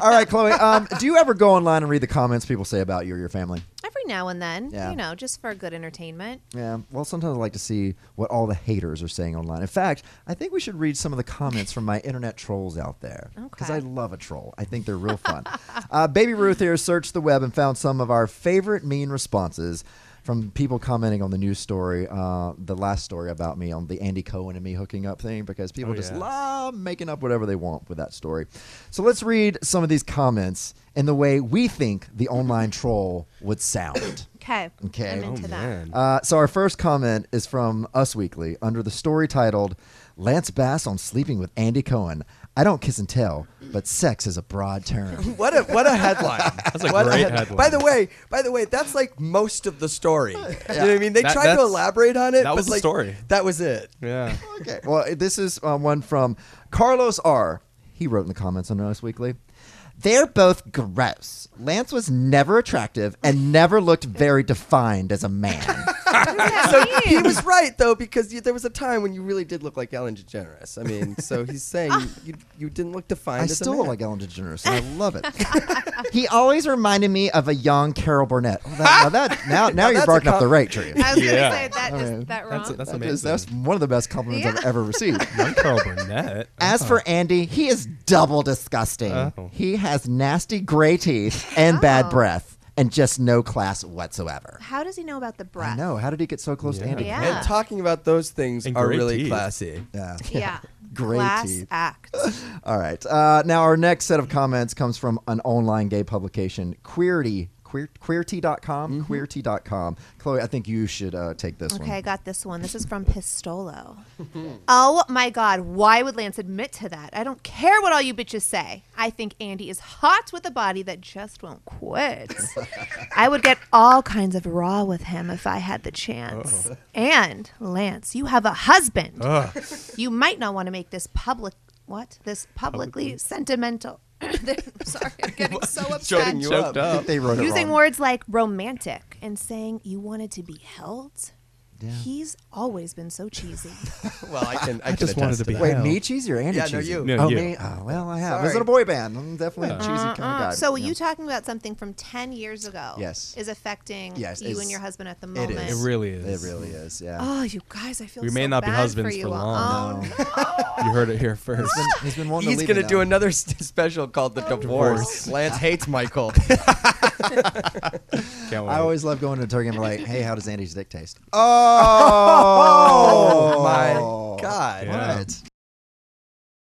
All right, Chloe. Um, do you ever go online and read the comments people say about you or your family? Every now and then, Yeah. you know, just for good entertainment. Yeah. Well, sometimes I like to see what all the haters are saying online. In fact, I think we should read some of the comments from my internet trolls out there. Because Okay. I love a troll. I think they're real fun. uh, Baby Ruth here searched the web and found some of our favorite mean responses from people commenting on the news story, uh, the last story about me on the Andy Cohen and me hooking up thing, because people Oh, just yes. love making up whatever they want with that story. So let's read some of these comments and the way we think the online troll would sound. Okay. Okay. I'm into Oh, that. man. Uh, so our first comment is from Us Weekly under the story titled "Lance Bass on Sleeping with Andy Cohen." I don't kiss and tell, but sex is a broad term. What a what a headline! That's a what great head- headline. By the way, by the way, that's like most of the story. You know what I mean? They That- tried to that's- elaborate on it. that but, was the like, story. That was it. Yeah. okay. Well, this is uh, one from Carlos R. He wrote in the comments under Us Weekly. They're both gross. Lance was never attractive and never looked very defined as a man. So he was right though, because you, there was a time when you really did look like Ellen DeGeneres. I mean, so he's saying you, you didn't look defined. I as a still man. like Ellen DeGeneres. And I love it. he always reminded me of a young Carol Burnett. Oh, that, now that now, now, that's you're a barking up the com- right tree. I was Yeah. gonna say that is right. that wrong. That's, that's That amazing. Uh-huh. is- that's one of the best compliments I've Yeah. ever received. Young Carl Burnett. As for Andy, he is double disgusting. Oh. He has nasty gray teeth and bad Oh. breath and just no class whatsoever. How does he know about the I breath? know. How did he get so close to Yeah. Andy? Yeah. And talking about those things And are great really teeth. classy. Yeah. Yeah. Great Class teeth. act. All right. Uh, now, our next set of comments comes from an online gay publication, Queerty. Queer, queerty.com, Mm-hmm. queerty.com. Chloe, I think you should uh, take this Okay, I one. got this one. This is from Pistolo. oh my God, why would Lance admit to that? I don't care what all you bitches say. I think Andy is hot with a body that just won't quit. I would get all kinds of raw with him if I had the chance. And Lance, you have a husband. You might not want to make this public. What? This publicly sentimental. Sorry, I'm getting so upset. you Choked I up. think they wrote it Using wrong. words like romantic and saying you wanted to be held. He's always been so cheesy. Well, I can. I, can just wanted attest to be- Wait, Hell. me cheesy or Andy Yeah, no, cheesy? you. No, oh, you. me? Oh, well, I have. I was Sorry. in a boy band. I'm definitely a cheesy kind of guy. Uh, so Oh Yeah. you talking about something from 10 years ago Yes. is affecting Yes, you it's- and your husband at the it moment. is. It really is. It really is, yeah. Oh, you guys, I feel We so may not be bad husbands for, you for all. long. Oh, You heard it here first. He's been that. wanting to He's leave gonna me do now. another s- special called the divorce. Lance hates Michael. Can't wait. I always love going to Turkey and be like, hey, how does Andy's dick taste? Oh! my God. All Yeah. right.